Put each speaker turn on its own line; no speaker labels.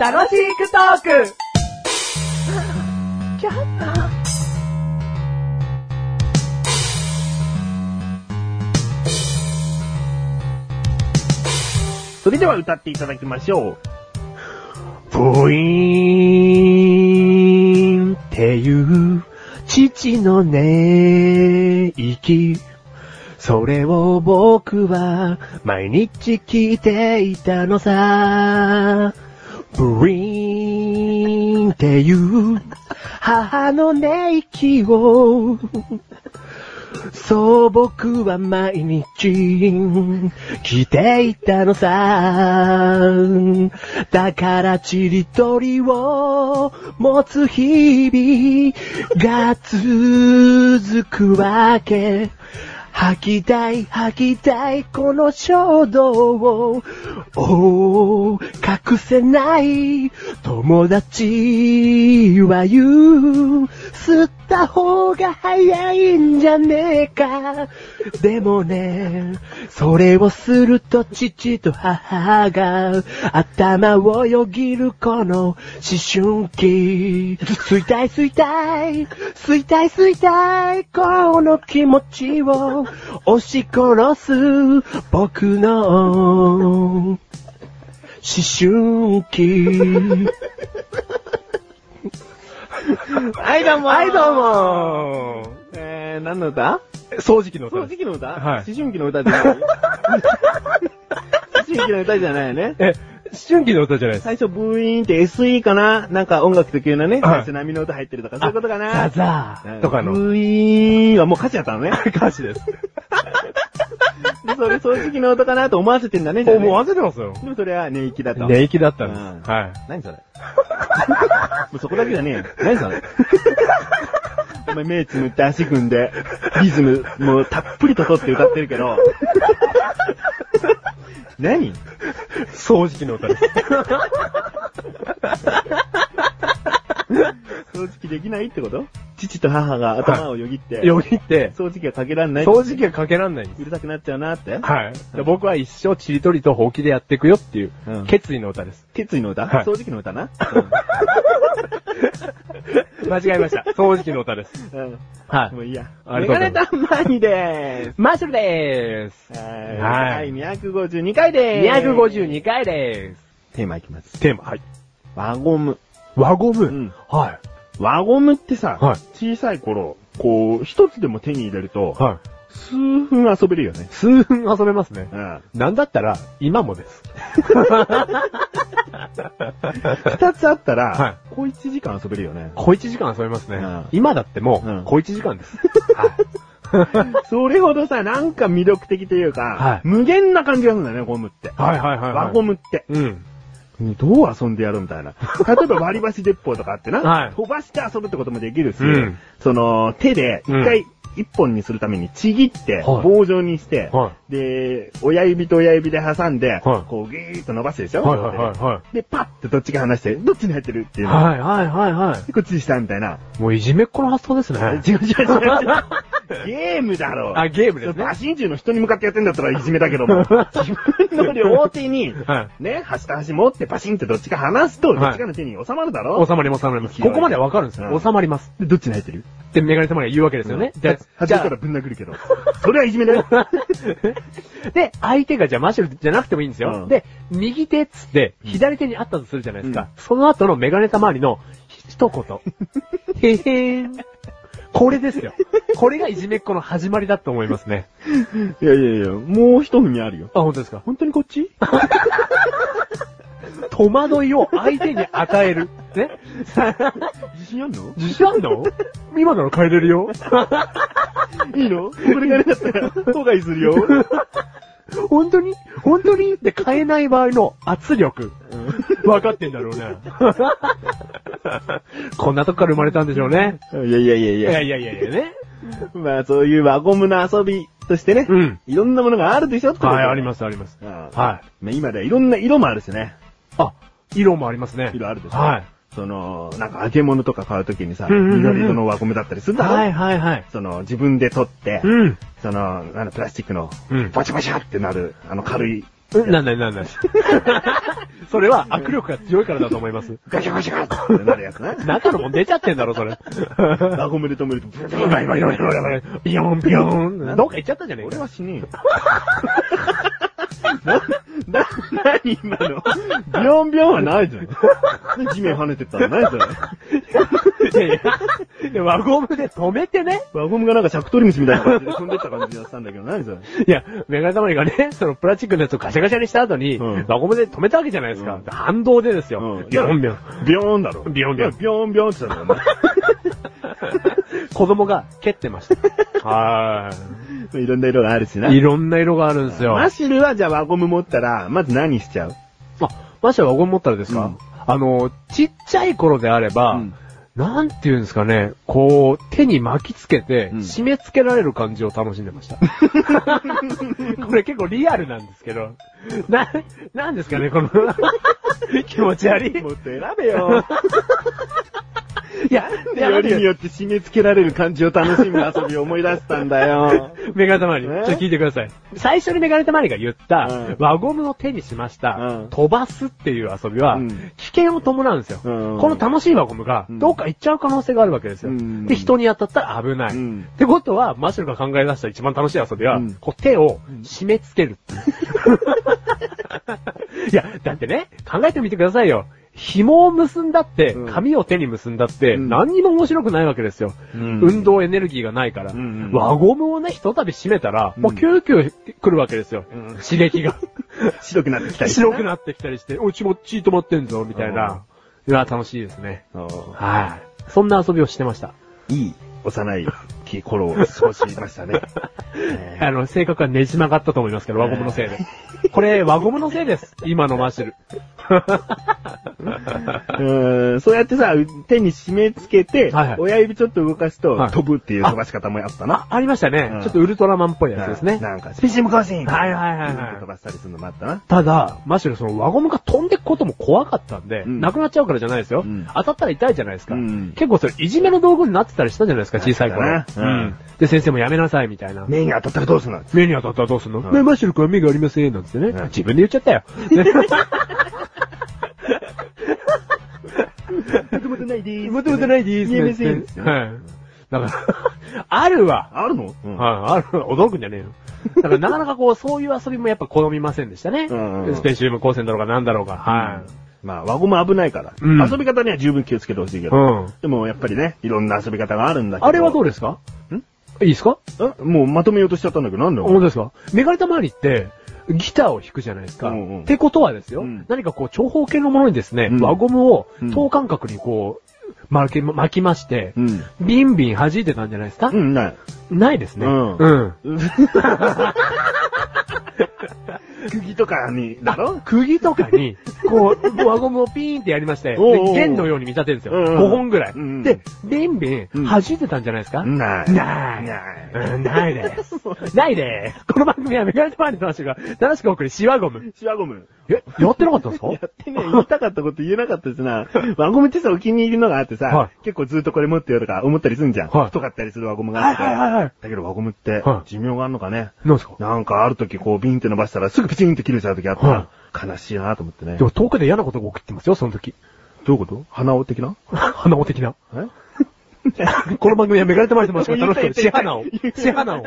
楽しくトーク
それでは歌っていただきましょう。ボイーンっていう父の音息。それを僕は毎日聞いていたのさ。ブリーンっていう母の音息をそう僕は毎日来ていたのさ。だからちりとりを持つ日々が続くわけ。吐きたい、吐きたい、この衝動を、おー、隠せない、友達は言う、吸った方が早いんじゃねえか。でもね、それをすると父と母が、頭をよぎるこの思春期。吸いたい、吸いたい、吸いたい、吸いたい、この気持ちを押し殺す僕の思春期。
はい、どうも
はい、どうもえー、何の歌
掃除機の
その
歌です。
時期の歌
はい
思春期の歌じゃ ない思春期の歌じゃないよね。
え、思春期の歌じゃないです。
最初ブーイーンって SE かななんか音楽特有なね、
はい
最初波の歌入ってるとか、そういうことかな
ザザーとかの
ブーイーンはもう歌詞だった のね。
歌詞です。
でそれ、その時期の音かなと思わせてんだね、じゃあね
もう忘れてますよ。
でもそれは寝息だと。
寝息だったん
うん
です。はい。
何それもうそこだけじゃねえよ。何それお前目つむって足組んで、リズム、もうたっぷりと取って歌ってるけ ど。何
掃除機の歌です。
掃除機できないってこと父と母が頭をよぎって、
よぎって、
掃除機はかけらんない。
掃除機はかけらんないんです。
うるさくなっちゃうなって。
はい。で僕は一生ちりとりとほうきでやっていくよっていう
うん、
決意の歌です。
決意の歌、
はい
掃除機の歌 な。
間違えました。掃除機の歌です。
うんうん
は
もういいや。
あ
メ
りが
ガ
とう
ネ
ござ
タマニでーす。
マッシュルでーす。
は。
はいい
はい、252回でーす。。
252回でー
テーマいきます。
す。テーマ、はい。
輪ゴム。
輪ゴム、
うん
は
輪ゴムってさ、
はい
小さい頃、こう、一つでも手に入れると、
い。はい。
数分遊べるよね。
数分遊べますね。
うん。
なんだったら、今もです。
二つあったら、
は。
こう一時間遊べるよね
小一時間遊べますね。
うん
今だっても
うん
う、小一時間です。
それほどさ、なんか魅力的というか、
はい
無限な感じがするんだよね、ゴムって。
はいはいはいはい。
輪ゴムって。
うん。
どう遊んでやるみたい な。例えば割り箸鉄砲とかあってな、
はい
飛ばして遊ぶってこともできるし、
うん
その、手で一回一本にするためにちぎって、
はい
棒状にして、
は
で、親指と親指で挟んで、
はい
こうギーッと伸ばすでし
い。
ょ、
はいはいはいは
で、パッてどっちが離して、どっちに入ってるってい
い。
うの。
はいはいはいは
でこっちにしたみたいな。
い。もういじめっ子の発想です ね。
違う違う違う違う。ゲームだろ。
あ、ゲー
そ
ムで
う
すね
バ。シンジュの人に向かってやってんだったらいじめだけども、自分の両手に、
は
ね、端と端持ってパシンってどっちか離すと、
はい
どっちかの手に収まるだろ、
い。収まります収まります。ここまではわかるんです
うん
よ。収まります。
で、どっちに入ってる
ってメガネ様が言うわけですよね。じゃあ、
端
じ
から
ゃ
ぶん殴るけど。そ れはいじめだよ。
あ、で、相手がじゃあマシュルじゃなくてもいいんです
うん
よ。で、右手っつって、左手にあったとするじゃないですか。その後のメガネ様にの一言。へへーん。これですよ。 これがいじめっ子の始まりだと思いますね。
いやいやいや、もう一踏みあるよ。
あ、本当ですか
本当にこっ ち
戸惑いを相手に与え る。ね
自信あんの
自信あんの今なら変えれるよ。
いいのこれがねだったら、後悔するよ。
本当に本当にって変えない場合の圧力。分かってんだろうね。 こんなとこから生まれたんでしょうね。
いやいやいやい
い
や。
やいやいやいやね。
まあそういう輪ゴムの遊びとしてね、
うん。
いろんなものがあるでしょって
はい、あり
す。
ますあります。
は
はい。
い。まあ今ではいろんな色もあるしね。
あ、色もありますね。
色あるでしょ
はい。
その、なんか揚げ物とか買うときにさ、
うんうんうん
緑色の輪ゴムだったりするんだろ、
はいはいはい。
その、自分で取って、
うん。
その、あの、プラスチックの
うん、
バチャバチャってなる、あの、軽い
うんなんないなんない。 それは握力が強いからだと思います。
ガシャガシャガシャってなるやつね。
中のもん出ちゃってんだ ろ、それ。
ラゴムで止めると、ブルブルブルブルブルブル
ビヨンビヨン。どっか行っちゃったんじゃねえ
俺
か。
はしねえよ。な、な、なに今の。ビョンビョンはないじゃん。地面跳ねてったらないじゃん。
いやいやで輪ゴムで止めてね。
輪ゴムがなんかシャクトリムシみたいな感じで飛んでった感じがしたんだけど、何それ。
いや、メガネたまりがね、 そのプラスチックのやつをガシャガシャにした後に、
うん
輪ゴムで止めたわけじゃないですか。
うん
反動でですよ。
うん
ビョンビョン。
ビョーンだろ。
ビヨンビヨン
ビョンビョンって言ったんだよ
子供が蹴ってま した。は
ね。いろんな色があるしな。
い。いろんな色があるんですよ。
マシルはじゃあ輪ゴム持ったら、まず何しちゃう
あ、マシは輪ゴム持ったらですか、
うん
あの、ちっちゃい頃であれば、
うん
なんて言うんですかね、こう、手に巻きつけて、
うん
締め付けられる感じを楽しんでま した。これ結構リアルなんですけど、な、なんですかね、この、 気持ち悪い。
もっと選べよ。
いや、いや
よりによって締め付けられる感じを楽しむ遊びを思い出したんだよ。
メガネたまり、ちょ
え
っと聞いてください。最初にメガネたまりが言った、
うん
輪ゴムを手にしました、
うん
飛ばすっていう遊びは、
うん
危険を伴うんですよ、
うん
この楽しい輪ゴムが
う、ん
どっか行っちゃう可能性があるわけですよ。
うん
で、人に当たったら危ない。
うん
ってことは、マシュルが考え出した一番楽しい遊びは、
うん
こう手を締め付けるって いう。いや、だってね、考えてみてくださいよ。紐を結んだって
う、ん
紙を手に結んだって、
うん
何にも面白くないわけですよ。
うん
運動エネルギーがないから。
うんうん
輪ゴムをね、ひとたび締めたら、
うん
もうキューキュー来るわけですよ。
うん
刺激が。
白くなってきたりして
白くなってきたりして、おちもち止まってんぞ、みたいな。いや、楽しいですね。
そう
はい。そんな遊びをしてました。
いい幼い頃を過ごしました ね。ね
あの、性格はねじ曲がったと思いますけど、輪ゴムのせいで。これ、輪ゴムのせいです。今のマッシュル。
うんそうやってさ、手に締め付けて、
はいはい
親指ちょっと動かすと、
はい
飛ぶっていう飛ばし方もあったな
あ。、ありましたね。
うん
ちょっとウルトラマンっぽいやつですね。
なんか、スピシム更新
はいはいはいはい
ピシッと飛ばしたりするのもあったな。
ただ、マッシュル、その輪ゴムが飛んでくことも怖かったんで、
うん
なくなっちゃうからじゃないですよ。
うん
当たったら痛いじゃないですか。
うん
結構それ、いじめの道具になってたりしたじゃないですか、小さい
な
頃
っ。てたねうん
で、先生もやめなさい、みたいな。
目に当たったらどうするの
目に当たったらどうすんの、
うん
ねマッシュル君は目がありません、なんつってね、
うん
自分で言っちゃった よ。ね
もともとないでー
もともとないでいい
言
で
えますせん
ね。 はい。だから、 あるわ。
あるのうん
はい、ある、驚くんじゃねえよ。だからなかなかこう、そういう遊びもやっぱ好みませんでしたね。
うんうんうん
スペシウム光線だろうがなんだろうが。はい。
まあ、輪ゴム危ないから、
うん
遊び方には十分気をつけてほしいけど、
うん
でもやっぱりね、いろんな遊び方があるんだけど。
あれはどう
れ
ですかいいですか
もうまとめようとしちゃったんだけど、なんだよ。
本当ですかメガネたまわりって、ギターを弾くじゃないですか。
うんうん
ってことはですよ、
うん
何かこう長方形のものにですね、
うん
輪ゴムを
うん
等間隔にこう、巻き巻きまして、
うん。
ビンビン弾いてたんじゃないですか、
うん、ない。
ないですね。
うん
うん。
釘とかに、だろ
釘とか に、こう、輪ゴムをピーンってやりまして、
おうおうお
で
う
弦のように見立てるんですよ。
うんうん
5本ぐらい
うんうん。
で、ビンビン
うん
弾いてたんじゃないですか
ない。
ない。
ない。
うんないです。ないです。この番組はメガネたまわりの話が正しく送り、シワゴム。
シワゴム。
え、やってなかったん ですか
やってね、言いたかったこと言えなかったしな。輪ゴムってさ、お気に入りのがあってさ、
は
結構ずっとこれ持ってよとか思ったりするんじゃん。
はい
太かったりする輪ゴムがあ
は
っ
い
て。
はいはいはい。
だけど輪ゴムって
は、い
寿命があるのかね。
なんですか
なんかある時こうビンって伸ばしたらすぐピチンって切れちゃう時あった
は
ら、悲しいなと思ってね。
でも遠くで嫌なことが起きてますよ、その時。
どういうこと鼻緒的な
花尾的 な。
え
この番組はめがれてまいてましたが、
言っ
楽
た
しく、
言
シ
った
花を
言っ。た
シ花を。